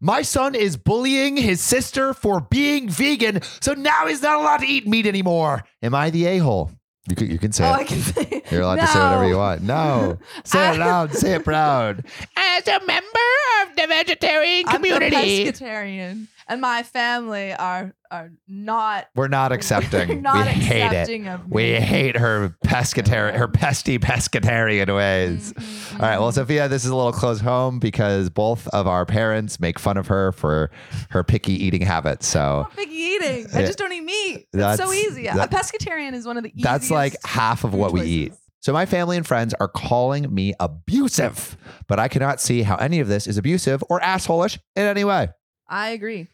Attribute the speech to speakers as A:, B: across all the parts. A: My son is bullying his sister for being vegan, so now he's not allowed to eat meat anymore. Am I the a hole? You can, you can say
B: Oh,
A: it.
B: I can say.
A: You're allowed
B: no.
A: to say whatever you want. No, say it
B: I-
A: loud. Say it proud. As a member of the vegetarian
B: I'm a
A: community,
B: pescatarian, and my family are are not
A: we're not accepting.
B: We're not
A: we hate it.
B: accepting of
A: We
B: me.
A: hate her pescatarian, her pesty pescatarian ways.
B: Mhm,
A: All right, well,
B: mhm.
A: Sophia, this is a little close home because both of our parents make fun of her for her picky eating habits. So
B: I'm not picky eating. I
A: Yeah.
B: just don't eat meat.
A: That's-
B: That's, so easy.
A: that-
B: a pescatarian is one of the easiest.
A: that's like half of
B: food
A: what we
B: choices.
A: eat. So my family and friends are calling me abusive, but I cannot see how any of this is abusive or assholish in any way.
B: I agree.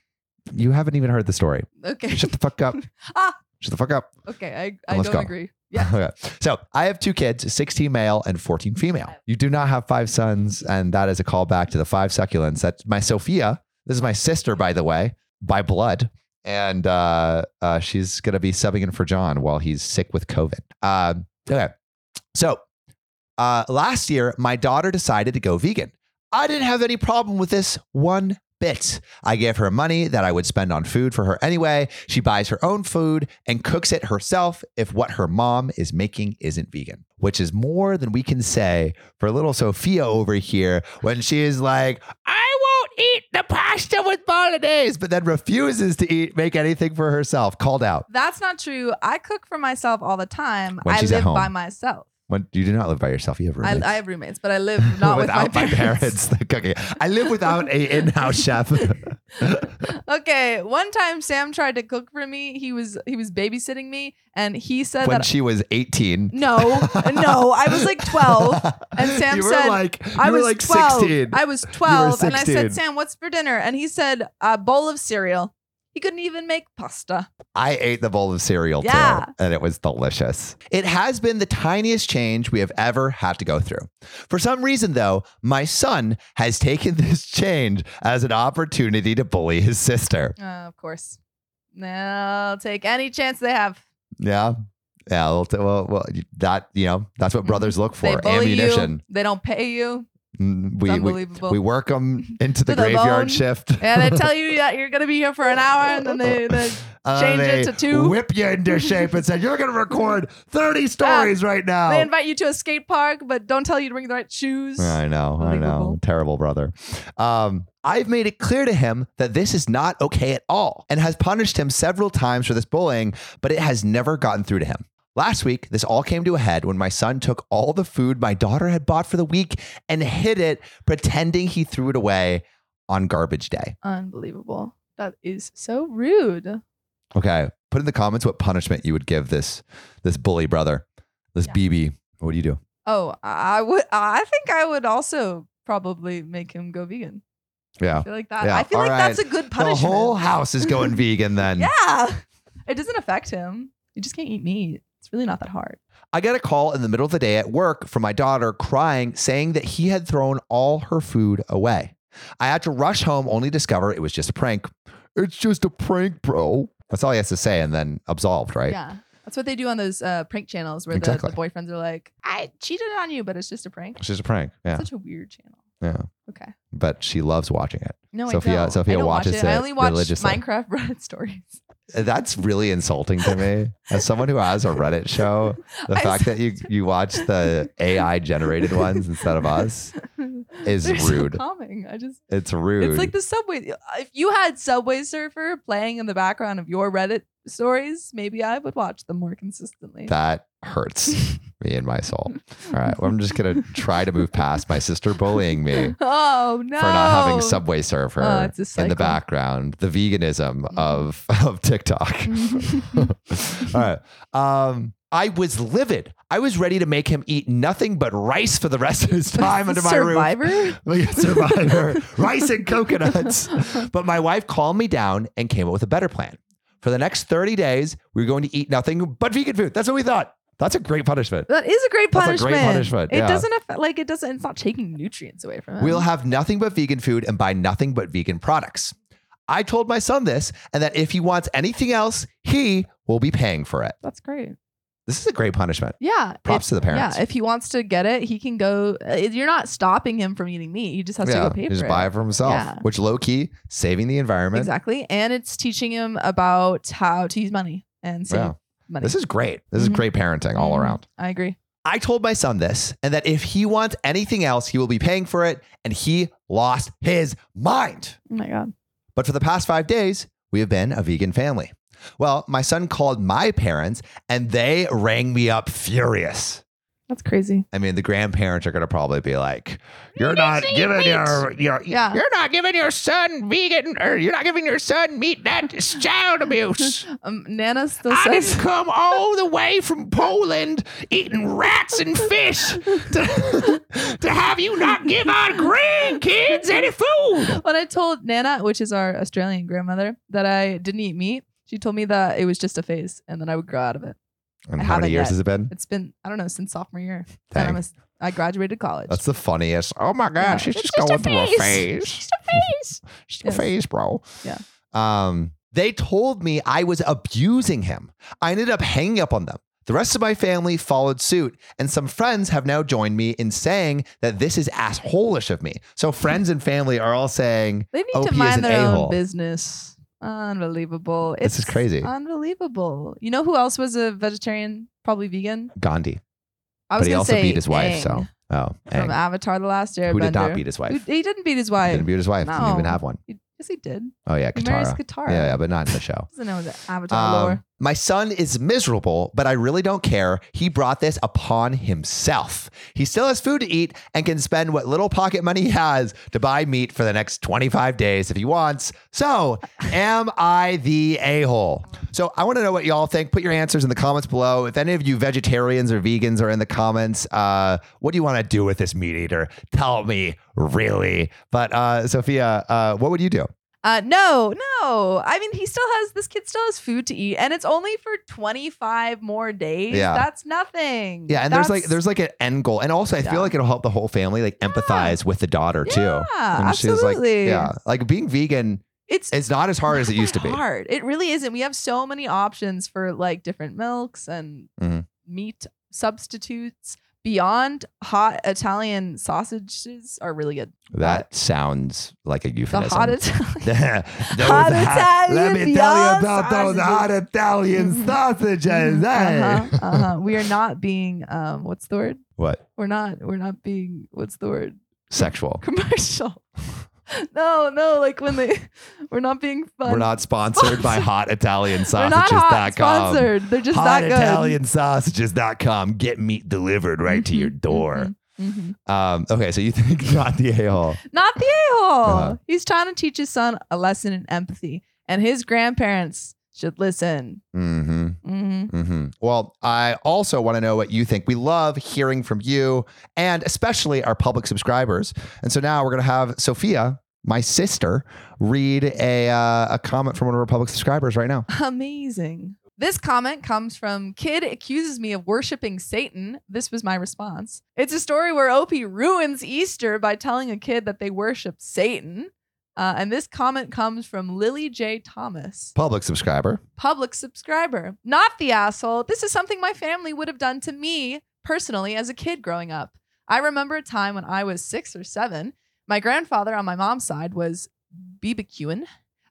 A: You haven't even heard the story.
B: Okay.
A: Shut the fuck up.
B: Ah.
A: Shut the fuck up.
B: okay. I, I
A: Let's
B: don't
A: go.
B: agree. Yeah.
A: Okay. So I have two kids, 16 male and 14 female. You do not have five sons. And that is a callback to the five succulents. That's my Sophia. This is my sister, by the way, by blood. And uh, uh, she's going to be subbing in for John while he's sick with COVID. Um, okay. So uh, last year, my daughter decided to go vegan. I didn't have any problem with this one bit. I gave her money that I would spend on food for her anyway. She buys her own food and cooks it herself if what her mom is making isn't vegan, which is more than we can say for little Sophia over here when she is like, I won't eat the pasta with bolognese, but then refuses to eat, make anything for herself. Called out.
B: That's not true. I cook for myself all the time.
A: When
B: I
A: she's at
B: live by
A: home.
B: myself.
A: When you do not live by yourself, you have
B: I,
A: roommates.
B: I have roommates, but I live not with my
A: without
B: parents.
A: the cooking. I live without a in-house chef.
B: okay. One time, Sam tried to cook for me. He was he was babysitting me, and he said
A: when
B: that
A: she was 18.
B: no, no, I was like twelve. And Sam
A: you were
B: said,
A: like, you
B: I
A: were
B: was
A: like
B: 12.
A: 16.
B: I was 12 and I
A: 16.
B: said, "Sam, what's for dinner?" And he said, "A bowl of cereal." He couldn't even make pasta.
A: I ate the bowl of cereal
B: Yeah.
A: too, and it was delicious. It has been the tiniest change we have ever had to go through. For some reason, though, my son has taken this change as an opportunity to bully his sister.
B: Uh, of course. They'll take any chance they have.
A: Yeah. Yeah. Well, t- well, well that, you know, that's what brothers look
B: Mm-hmm. They
A: for
B: bully
A: ammunition.
B: you. They don't pay you.
A: Mm,
B: It's
A: We, we,
B: unbelievable.
A: we work them into the
B: To the
A: graveyard
B: bone.
A: shift.
B: and they tell you that you're gonna be here for an hour, Oh, and then they, they
A: Uh,
B: change
A: they
B: it to two. Ah,
A: Whip you into shape and said, You're going to record 30 stories right now.
B: they invite you to a skate park, but don't tell you to bring the right shoes.
A: I know, I know.
B: Unbelievable.
A: Terrible brother. Um, I've made it clear to him that this is not okay at all and has punished him several times for this bullying, but it has never gotten through to him. Last week, this all came to a head when my son took all the food my daughter had bought for the week and hid it, pretending he threw it away on garbage day.
B: Unbelievable. That is so rude.
A: Okay. Put in the comments what punishment you would give this this bully brother, this
B: Yeah.
A: BB. What do you do?
B: Oh, I would. I think I would also probably make him go vegan.
A: Yeah.
B: I feel like that.
A: Yeah,
B: I feel
A: all
B: like
A: right.
B: that's a good punishment.
A: The whole house is going vegan then.
B: yeah, it doesn't affect him. You just can't eat meat. It's really not that hard.
A: I got a call in the middle of the day at work from my daughter crying, saying that he had thrown all her food away. I had to rush home, only to discover it was just a prank. It's just a prank, bro. That's all he has to say, and then absolved, right?
B: Yeah, that's what they do on those uh, prank channels where
A: Exactly.
B: the, the boyfriends are like, "I cheated on you, but it's just a prank."
A: It's just a prank. Yeah,
B: Such a weird channel.
A: yeah.
B: Okay.
A: But she loves watching it.
B: No,
A: Sophia-
B: I don't.
A: Sophia
B: I don't
A: watches
B: watch it. I
A: it
B: only watch
A: religiously.
B: Minecraft Reddit stories.
A: That's really insulting to me as someone who has a Reddit show. The
B: I'm
A: fact
B: so-
A: that you you watch the AI generated ones instead of us, is
B: They're
A: rude.
B: So calming. I just.
A: it's rude.
B: It's like the subway. If you had Subway Surfer playing in the background of your Reddit stories, maybe I would watch them more consistently.
A: that hurts me in my soul. All right, well, I'm just gonna try to move past my sister bullying me.
B: Oh no!
A: for not having Subway Surfer
B: Oh, it's a
A: in the
B: cycle.
A: background, the veganism
B: Mhm.
A: of of TikTok. All right. Um, I was livid. I was ready to make him eat nothing but rice for the rest of his time under my roof.
B: Survivor?
A: Like a survivor, rice and coconuts. But my wife calmed me down and came up with a better plan. For the next 30 days, we were going to eat nothing but vegan food. That's what we thought. That's a great punishment.
B: That is a great
A: That's a
B: punishment.
A: great punishment,
B: It
A: yeah.
B: doesn't affect, like it doesn't. It's not taking nutrients away from him.
A: We'll have nothing but vegan food and buy nothing but vegan products. I told my son this and that if he wants anything else, he will be paying for it.
B: That's great.
A: This is a great punishment.
B: Yeah.
A: Props to the parents.
B: Yeah, if he wants to get it, he can go. uh, You're not stopping him from eating meat. He just has to go pay
A: he
B: for
A: just
B: it.
A: buy it for himself,
B: Yeah.
A: which low key saving the environment.
B: exactly, and it's teaching him about how to use money and save
A: Yeah.
B: money.
A: This is great. This is
B: Mhm.
A: great parenting all
B: Mhm.
A: around.
B: I agree.
A: I told my son this, and that if he wants anything else, he will be paying for it. And he lost his mind.
B: Oh my god.
A: But for the past five days, we have been a vegan family. Well, my son called my parents and they rang me up furious.
B: That's crazy.
A: I mean, the grandparents are going to probably be like, "You're not giving your, your
B: Yeah.
A: you're not giving your son vegan, or you're not giving your son meat. That is child abuse."
B: Um, Nana still
A: I didn't
B: says
A: come all the way from Poland eating rats and fish to, to have you not give our grandkids any food.
B: when I told Nana, which is our Australian grandmother, that I didn't eat meat. She told me that it was just a phase, and then I would grow out of it.
A: And
B: I how many haven't years yet. has
A: it been?
B: It's been I don't know since sophomore year. that I'm a s- I graduated college.
A: the funniest. Oh my God,
B: Yeah.
A: she's
B: It's
A: just
B: just a
A: going through a
B: phase.
A: phase. She's a
B: Yes.
A: phase, bro.
B: Yeah.
A: Um, they told me I was abusing him. I ended up hanging up on them. The rest of my family followed suit, and some friends have now joined me in saying that this is assholish of me. So friends and family are all saying,
B: They need
A: OP
B: to
A: is an
B: mind their
A: a-hole.
B: own business. Unbelievable.
A: This is
B: It's
A: crazy.
B: Unbelievable. You know who else was a vegetarian, probably vegan?
A: Gandhi.
B: I was
A: But he
B: gonna
A: also
B: say
A: beat his wife,
B: Aang
A: so oh, Aang.
B: from Avatar: The Last Airbender.
A: who did not beat his wife?
B: Who- he didn't beat his
A: Didn't
B: wife.
A: beat his wife. Didn't even
B: No.
A: have one.
B: He- yes, he did.
A: Oh yeah,
B: He marries
A: Katara.
B: Katara.
A: Yeah, yeah, but not in the show.
B: Doesn't know the Avatar
A: Um,
B: lore.
A: my son is miserable, but I really don't care. He brought this upon himself. He still has food to eat and can spend what little pocket money he has to buy meat for the next 25 days if he wants. So, am I the a hole? So, I want to know what y'all think. Put your answers in the comments below. If any of you vegetarians or vegans are in the comments, uh, what do you want to do with this meat eater? Tell me, really. But, uh, Sophia, uh, what would you do?
B: Uh, no, no. I mean, he still has this kid still has food to eat, and it's only for 25 more days.
A: Yeah.
B: That's nothing.
A: Yeah, and there's like
B: That's-
A: there's like an end goal, and also I
B: Yeah.
A: feel like it'll help the whole family like empathize with the daughter too.
B: Yeah,
A: and
B: absolutely.
A: She's like, yeah, like being vegan
B: It's
A: is not as hard as
B: not
A: it used to
B: that
A: be.
B: Hard. It really isn't. We have so many options for like different milks and
A: Mhm.
B: meat substitutes. Beyond hot Italian sausages are really good.
A: That sounds like a
B: The
A: euphemism.
B: hot Italian.
A: Those
B: Hot
A: Let me
B: Italian
A: tell you
B: beyond
A: about those hot
B: sausages.
A: Italian
B: Mhm.
A: sausages. eh?
B: uh-huh, uh-huh. We are not being um what's the word?
A: What
B: We're not we're not being what's the word?
A: sexual?
B: Commercial. no, no, like when they we're not being fun.
A: We're not sponsored by hot Italian
B: We're not hot
A: sausages.com.
B: sponsored. They're just
A: Hot
B: that good.
A: Italian sausages.com. Get meat delivered right to your
B: Mhm,
A: door.
B: mhm, mhm.
A: Um, okay, so you think not the a hole.
B: Not the a hole.
A: Uh-huh.
B: He's trying to teach his son a lesson in empathy, and his grandparents should listen.
A: Mm-hmm.
B: hmm
A: Mm-hmm. Well, I also want to know what you think. We love hearing from you and especially our public subscribers. And so now we're going to have Sophia, my sister, read a, uh, a comment from one of our public subscribers right now.
B: Amazing. This comment comes from Kid accuses me of worshiping Satan. This was my response. It's a story where Opie ruins Easter by telling a kid that they worship Satan. Uh, and this comment comes from Lily J. Thomas.
A: Public subscriber.
B: public subscriber. Not the asshole. This is something my family would have done to me personally as a kid growing up. I remember a time when I was six or seven. My grandfather on my mom's side was BBQing.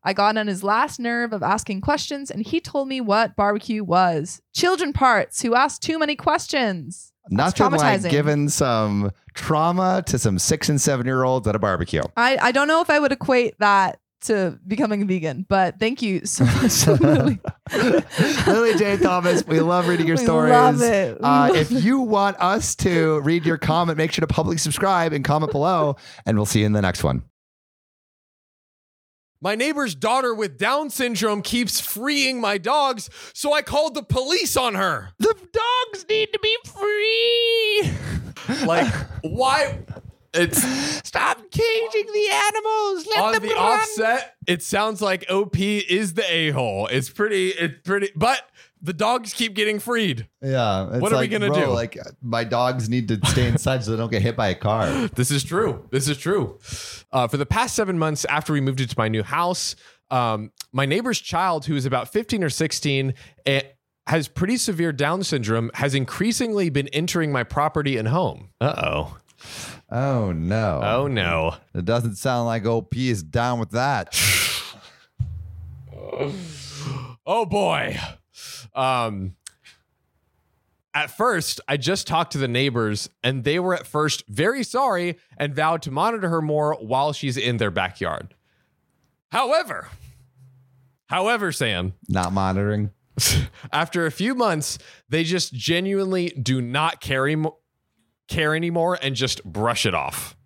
B: I got on his last nerve of asking questions, and he told me what barbecue was. Children parts who ask too many questions. That's
A: Nothing like
B: traumatizing.
A: giving some trauma to some six and seven year olds at a barbecue.
B: I, I don't know if I would equate that to becoming a vegan, but thank you so much, Lily.
A: Lily J. Thomas, we love reading your
B: We
A: stories.
B: Love it.
A: Uh, if you want us to read your comment, make sure to publicly subscribe and comment below, and we'll see you in the next one.
C: My neighbor's daughter with Down syndrome keeps freeing my dogs, so I called the police on her. The dogs need to be free. Like, why? It's
A: Stop caging the animals. Let
C: on the offset. It sounds like OP is the a hole. It's pretty. It's pretty. But the dogs keep getting freed.
A: Yeah. it's
C: What are we
A: like,
C: gonna
A: bro,
C: do?
A: Like uh, my dogs need to stay inside so they don't get hit by a car.
C: This is true. This is true. Uh, for the past seven months after we moved into my new house, um, my neighbor's child, who is about 15 or 16, and has pretty severe Down syndrome has increasingly been entering my property and home. Uh oh.
A: Oh no.
C: Oh no.
A: It doesn't sound like OP is down with that.
C: Oh boy. Um at first, I just talked to the neighbors and they were at first very sorry and vowed to monitor her more while she's in their backyard. However, however, Sam,
A: Not monitoring.
C: after a few months, they just genuinely do not carry mo- care anymore and just brush it off.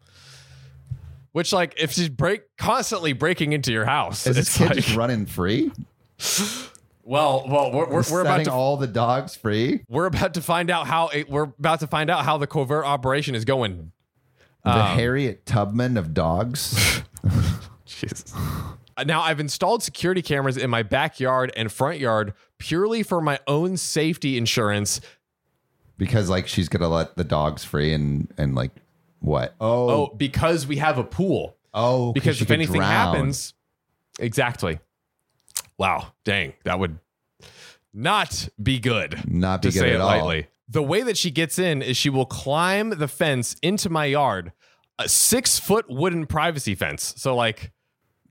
C: Which, like, if she's break constantly breaking into your house,
A: Is this
C: it's
A: kid
C: like,
A: just running free?
C: well, well, we're, we're, we're about
A: setting
C: to
A: all the dogs free.
C: we're about to find out how it, we're about to find out how the covert operation is going.
A: the
C: Um,
A: Harriet Tubman of dogs.
C: Jesus. Now I've installed security cameras in my backyard and front yard purely for my own safety insurance.
A: because like she's gonna let the dogs free and and like what? Oh
C: Oh, because we have a pool.
A: oh
C: because
A: she
C: if
A: could
C: anything
A: drown.
C: happens, exactly. Wow, dang, that would not be good.
A: not be
C: to
A: good
C: say
A: at
C: it
A: all.
C: lightly. The way that she gets in is she will climb the fence into my yard, a six foot wooden privacy fence. So like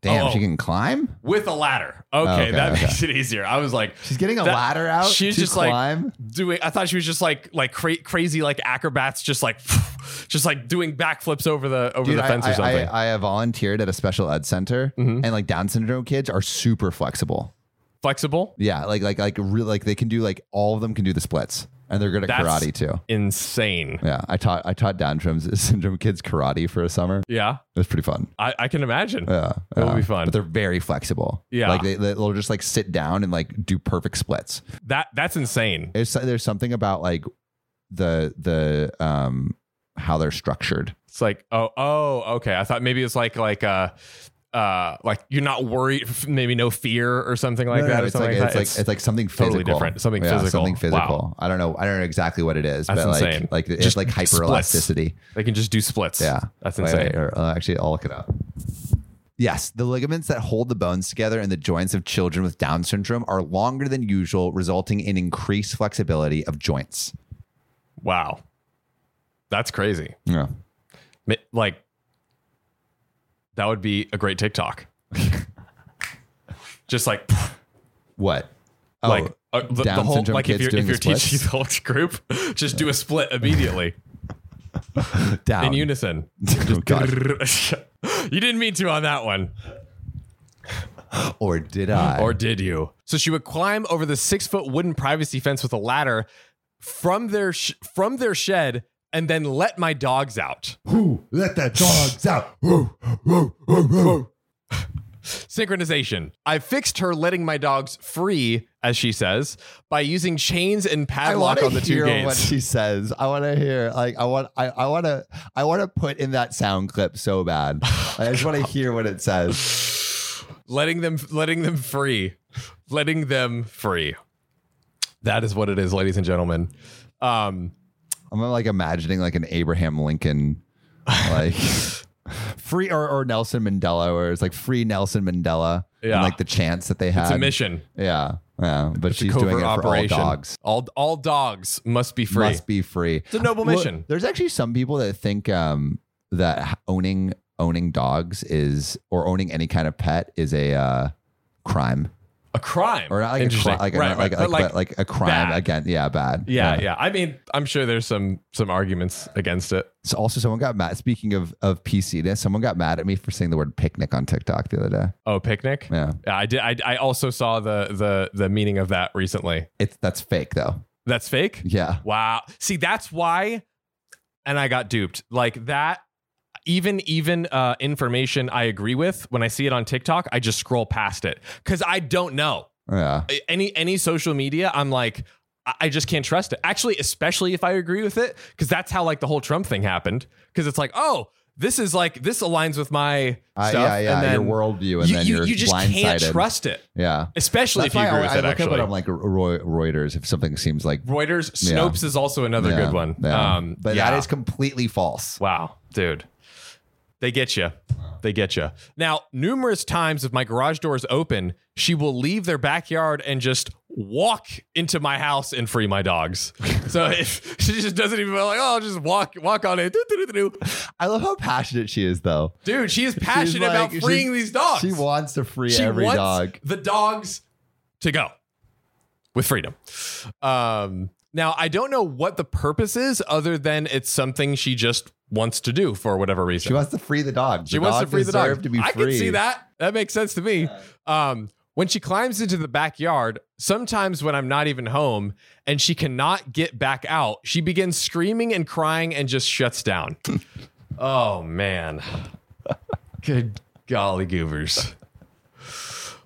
A: Damn,
C: Oh.
A: she can climb.
C: with a ladder. Okay,
A: Okay,
C: that
A: okay.
C: makes it easier. I was like
A: She's getting a
C: That-
A: ladder out.
C: she's
A: to
C: just like-
A: climb.
C: doing. I thought she was just like like cra- crazy like acrobats, just like just like doing backflips over the over
A: Dude,
C: the
A: I-
C: fence
A: I,
C: or something. Mm-hmm.
A: I, I have volunteered at a special ed center, and like Down syndrome kids are super flexible.
C: Flexible,
A: Yeah, like like like real like they can do like all of them can do the splits, and they're good at
C: That's-
A: karate too.
C: insane.
A: Yeah, I taught I taught Down syndrome syndrome kids karate for a summer.
C: Yeah,
A: It was pretty fun.
C: I, I can imagine.
A: Yeah,
C: That would
A: yeah.
C: be fun.
A: But they're very flexible.
C: Yeah.
A: like they, they'll just like sit down and like do perfect splits.
C: That that's insane.
A: It's, there's something about like the the um how they're structured.
C: It's like, oh, oh, okay. I thought maybe it's like like uh uh like you're not worried, f- maybe no fear or something like
A: No, no,
C: that.
A: no,
C: or
A: it's
C: something
A: like,
C: like,
A: it's
C: that.
A: like it's like something
C: totally
A: physical.
C: different. Something physical.
A: Something
C: Wow.
A: physical. I don't know. I don't know exactly what it is,
C: That's
A: but like
C: insane.
A: like it's
C: Just
A: like
C: splits.
A: hyperelasticity.
C: they can just do splits.
A: Yeah,
C: that's
A: Wait,
C: insane.
A: wait, or, uh, actually, I'll look it up. Yes, the ligaments that hold the bones together in the joints of children with Down syndrome are longer than usual, resulting in increased flexibility of joints.
C: Wow, that's crazy.
A: Yeah.
C: Mi- Like that would be a great TikTok. just like
A: What? Oh,
C: like uh, the, the
A: Down
C: whole
A: syndrome
C: like if
A: kids
C: you're
A: doing
C: if
A: the
C: you're teaching
A: splits?
C: the whole group, just do a split immediately
A: down.
C: in unison.
A: Oh, God.
C: you didn't mean to on that one.
A: or did I?
C: Or did you? So she would climb over the six foot wooden privacy fence with a ladder from their sh- from their shed and then let my dogs out.
A: who let the dogs out?
C: Synchronization. I fixed her letting my dogs free, as she says, by using chains and
A: I want
C: padlock
A: to
C: on the two
A: hear what
C: gates.
A: she says. I want to hear. Like I want. I, I want to. I want to put in that sound clip so bad.
C: Oh,
A: I just want to hear what it says.
C: letting them letting them free. Letting them free. That is what it is, ladies and gentlemen. Um
A: I'm like imagining like an Abraham Lincoln, like free or, or Nelson Mandela, where it's like free Nelson Mandela. and,
C: Yeah.
A: like the chance that they had.
C: it's a mission.
A: Yeah. Yeah. But
C: It's a
A: she's doing
C: covert
A: it
C: operation.
A: for all dogs.
C: All all dogs must be free.
A: Must be free.
C: It's a noble
A: Well,
C: mission.
A: there's actually some people that think um, that h- owning owning dogs is or owning any kind of pet is a uh, crime
C: a crime
A: or not like a
C: Interesting.
A: crime, like,
C: right,
A: not
C: right.
A: like, like,
C: But, like,
A: but like a crime
C: bad.
A: again. Yeah, bad.
C: yeah, yeah i mean i'm sure there's some some arguments against it
A: So also, someone got mad. Speaking of of PC, someone got mad at me for saying the word picnic on TikTok the other day.
C: oh picnic
A: Yeah,
C: Yeah, i did I, I also saw the the the meaning of that recently
A: it's that's fake though.
C: that's fake
A: Yeah,
C: wow see that's why and i got duped like that even even uh information i agree with when i see it on tiktok i just scroll past it because i don't know
A: yeah.
C: I- any any social media i'm like I- I just can't trust it. Actually, especially if I agree with it, because that's how like the whole Trump thing happened. Because it's like, oh, this is like this aligns with my
A: Uh,
C: stuff.
A: yeah, yeah,
C: and then
A: your worldview, and
C: you,
A: then
C: you-
A: you're
C: you just
A: blindsided.
C: can't trust it,
A: Yeah,
C: especially
A: that's
C: if
A: why
C: you agree
A: I,
C: with
A: I
C: it.
A: look up
C: Actually,
A: and I'm like Roy, Reuters if something seems like
C: Reuters,
A: Yeah.
C: Snopes is also another
A: Yeah,
C: good one.
A: yeah.
C: Um,
A: but
C: yeah.
A: that is completely false.
C: wow, dude. They get you. They get you. Now, numerous times if my garage door is open, she will leave their backyard and just walk into my house and free my dogs. so if she just doesn't even like, oh, I'll just walk walk on it. Doo-doo-doo-doo.
A: I love how passionate she is, though.
C: Dude, she is passionate
A: She's like-
C: about freeing
A: she's-
C: these dogs.
A: She wants to free every
C: wants
A: dog.
C: the dogs to go with freedom. Um, now I don't know what the purpose is, other than it's something she just wants to do for whatever reason.
A: She wants to free the dog.
C: She wants to free the dog.
A: deserved To be
C: I can
A: free.
C: see that. That makes sense to me. Um, when she climbs into the backyard, sometimes when I'm not even home and she cannot get back out, she begins screaming and crying and just shuts down. oh man. Good golly goovers.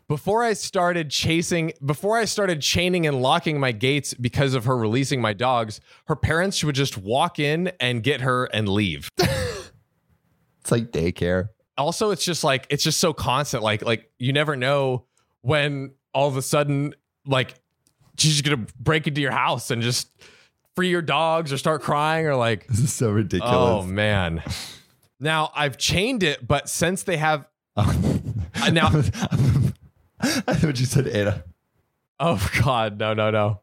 C: Before I started chasing, before I started chaining and locking my gates because of her releasing my dogs, her parents would just walk in and get her and leave
A: It's like daycare.
C: also it's just like it's just so constant like like you never know when all of a sudden like she's just gonna break into your house and just free your dogs or start crying or like
A: This is so
C: oh
A: ridiculous.
C: man now i've chained it but since they have Uh, now-
A: I thought you said Ada.
C: oh god no no no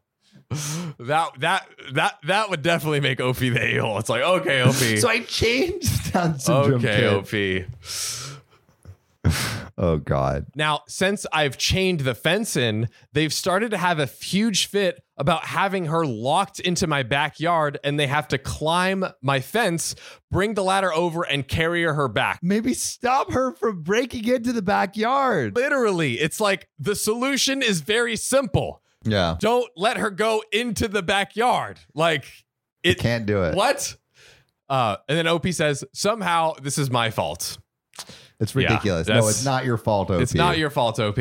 C: that that that that would definitely make Opie the a-hole. It's like okay, Opie,
A: So I changed Down syndrome
C: okay,
A: kid.
C: Opie.
A: Oh God.
C: Now, since I've chained the fence in, they've started to have a huge fit about having her locked into my backyard and they have to climb my fence, bring the ladder over, and carry her back.
A: Maybe stop her from breaking into the backyard.
C: Literally, it's like the solution is very simple.
A: Yeah.
C: Don't let her go into the backyard. Like, it
A: Can't do it.
C: What? Uh, and then Opie says, somehow this is my fault.
A: It's
C: Yeah,
A: ridiculous. no,
C: that's-
A: it's not your fault, OP.
C: It's not your fault, OP.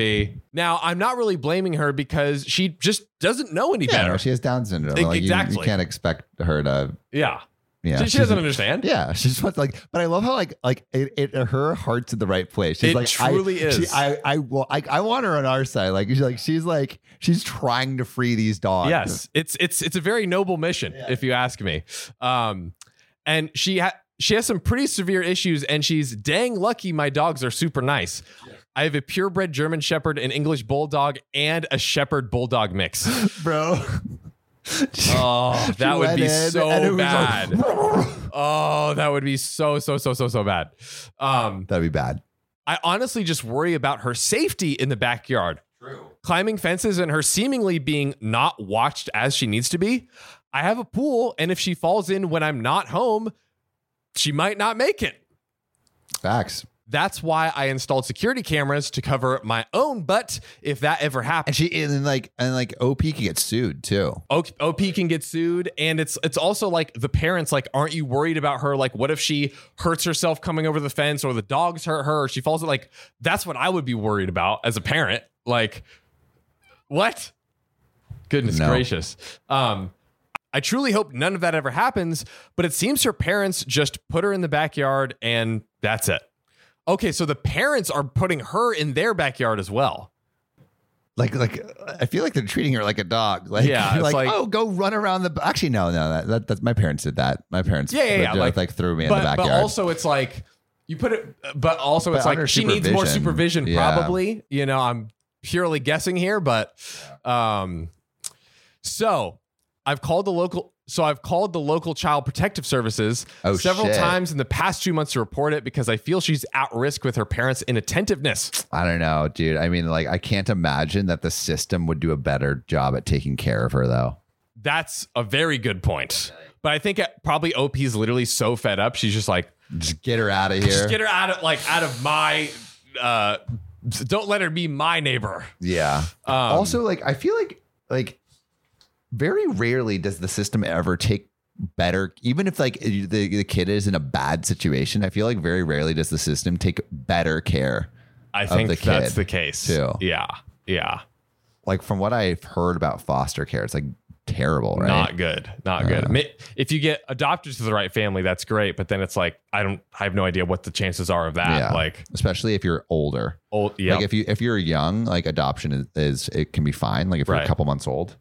C: Now, I'm not really blaming her because she just doesn't know any
A: yeah,
C: better.
A: no, She has Down syndrome.
C: E-
A: Like, you- you,
C: exactly.
A: can't expect her to.
C: yeah.
A: Yeah.
C: she, she
A: she's
C: doesn't
A: a-
C: understand.
A: Yeah, she just wants like, but I love how like like it, it her heart's in the right place. She's
C: It
A: like,
C: truly
A: I,
C: is.
A: She, I I, wa- I I want her on our side. Like she's like she's like she's trying to free these dogs.
C: Yes, it's it's it's a very noble mission, if you ask me. Um, and she ha- she has some pretty severe issues, and she's dang lucky. My dogs are super nice. I have a purebred German Shepherd, an English Bulldog, and a Shepherd Bulldog mix.
A: bro.
C: Oh, that
A: She
C: would
A: went
C: be
A: in, and it
C: so
A: was
C: bad.
A: like-
C: oh, that would be so so so so so bad. Um,
A: That'd be bad.
C: I honestly just worry about her safety in the backyard. True. Climbing fences and her seemingly being not watched as she needs to be. I have a pool, and if she falls in when I'm not home, she might not make it.
A: Facts.
C: That's why I installed security cameras to cover my own butt if that ever
A: And
C: happens.
A: she and then like and like OP can get sued too.
C: O- OP can get sued, and it's it's also like the parents like, aren't you worried about her? Like, what if she hurts herself coming over the fence, or the dogs hurt her, or she falls? in? Like, that's what I would be worried about as a parent. Like, what? Goodness
A: No.
C: gracious. Um, I truly hope none of that ever happens, but it seems her parents just put her in the backyard and that's it. Okay, so the parents are putting her in their backyard as well.
A: Like like uh, I feel like they're treating her like a dog. Like
C: Yeah, it's
A: like,
C: like-
A: oh go run around the. Actually no no that, that that's my parents did that. My parents
C: Yeah, yeah, yeah,
A: just,
C: like-
A: like, threw me in the
C: But, but
A: backyard.
C: also, it's like you put it, but also,
A: But
C: it's like
A: under
C: she needs more
A: supervision.
C: supervision,
A: Yeah.
C: probably. You know, I'm purely guessing here, but um, so I've called the local. So I've called the local child protective services
A: Oh,
C: several
A: shit.
C: times in the past two months to report it because I feel she's at risk with her parents' inattentiveness.
A: I don't know, dude. I mean, like, I can't imagine that the system would do a better job at taking care of her, though.
C: That's a very good point. But I think uh, probably OP is literally so fed up. She's just like,
A: Just get her out of here.
C: just get her out of like out of my. Uh, don't let her be my neighbor.
A: yeah.
C: Um,
A: also, like, I feel like, like, very rarely does the system ever take better, even if like the the kid is in a bad situation. I feel like very rarely does the system take better care.
C: I think
A: the
C: that's
A: kid,
C: the case.
A: too.
C: Yeah, yeah,
A: Like from what I've heard about foster care, it's like terrible, right?
C: not good, not good. Ma- If you get adopted to the right family, that's great. But then it's like I don't, I have no idea what the chances are of that.
A: Yeah.
C: Like
A: Especially if you're older.
C: old, yeah,
A: Like if you if you're young, like adoption is, is it can be fine. Like if you're
C: Right.
A: a couple months old,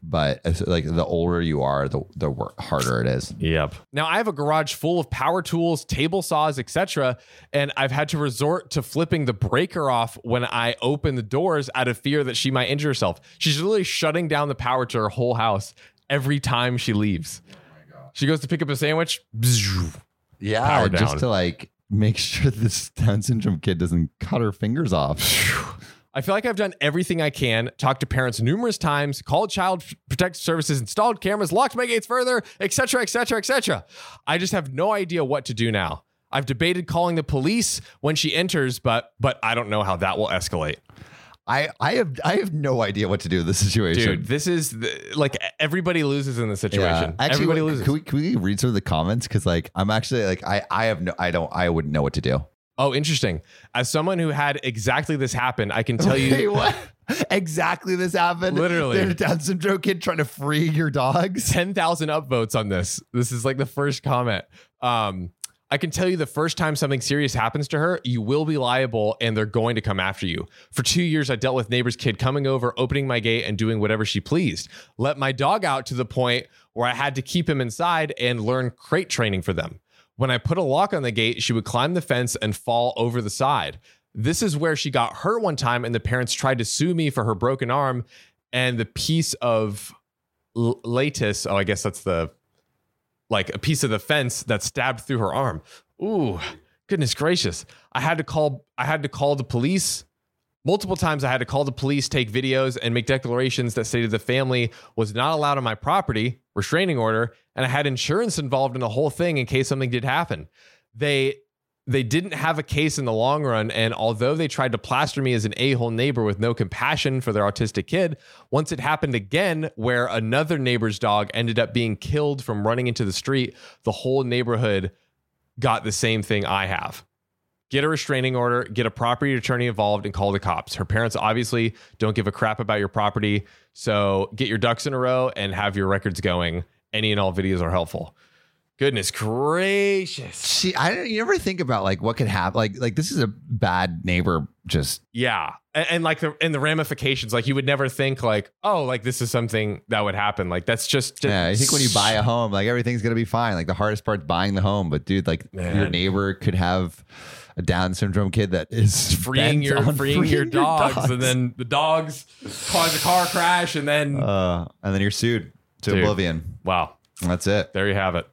A: but it's like the older you are, the the wor- harder it is.
C: Yep. Now I have a garage full of power tools, table saws, etc., and I've had to resort to flipping the breaker off when I open the doors out of fear that she might injure herself. She's literally shutting down the power to her whole house every time she leaves.
A: Oh
C: She goes to pick up a sandwich. bzzz.
A: Yeah,
C: Power
A: Uh, just
C: down.
A: to like make sure this Down syndrome kid doesn't cut her fingers off.
C: I feel like I've done everything I can, talked to parents numerous times, called child protective services, installed cameras, locked my gates further, etc., etc., etc. I just have no idea what to do now. I've debated calling the police when she enters, but but I don't know how that will escalate.
A: I I have I have no idea what to do in this situation.
C: Dude, this is the, like e-, everybody loses in this situation.
A: Actually,
C: everybody
A: wait,
C: loses.
A: Can we, can we read through the comments? Because like I'm actually like I I have no I don't I wouldn't know what to do.
C: oh, interesting. As someone who had exactly this happen, I can tell
A: Hey,
C: you
A: what? exactly this happened.
C: Literally.
A: There's a Down syndrome kid trying to free your dogs.
C: 10,000 upvotes on this. This is like the first comment. Um, I can tell you the first time something serious happens to her, you will be liable and they're going to come after you. For two years, I dealt with neighbor's kid coming over, opening my gate, and doing whatever she pleased. Let my dog out to the point where I had to keep him inside and learn crate training for them. When I put a lock on the gate, she would climb the fence and fall over the side. This is where she got hurt one time, and the parents tried to sue me for her broken arm and the piece of l- latus. Oh, I guess that's the like a piece of the fence that stabbed through her arm. Ooh, goodness gracious! I had to call. I had to call the police. Multiple times I had to call the police, take videos, and make declarations that stated the family was not allowed on my property, restraining order, and I had insurance involved in the whole thing in case something did happen. They they didn't have a case in the long run, and although they tried to plaster me as an a-hole neighbor with no compassion for their autistic kid, once it happened again where another neighbor's dog ended up being killed from running into the street, the whole neighborhood got the same thing I have get a restraining order, get a property attorney involved, and call the cops. Her parents obviously don't give a crap about your property. So get your ducks in a row and have your records going. Any and all videos are helpful. Goodness gracious.
A: See, I don't, you never think about like what could happen. Like like this is a bad neighbor. Just
C: Yeah. And, and like the and the ramifications, like you would never think like, oh, like this is something that would happen. Like that's just,
A: yeah. I think when you buy a home, like everything's gonna be fine. Like the hardest part's buying the home, but dude, like your
C: Man.
A: neighbor could have a Down syndrome kid that is
C: freeing
A: bent
C: your
A: on
C: freeing, your dogs, and
A: dogs.
C: then the dogs cause a car crash and then
A: uh, and then you're sued to
C: Dude.
A: oblivion.
C: wow.
A: That's it.
C: There you have it.